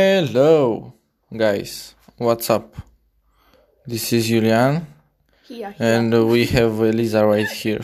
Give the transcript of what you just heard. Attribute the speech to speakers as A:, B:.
A: Hello, guys. What's up? This is Julian,
B: Here, here.
A: and we have Elisa right here.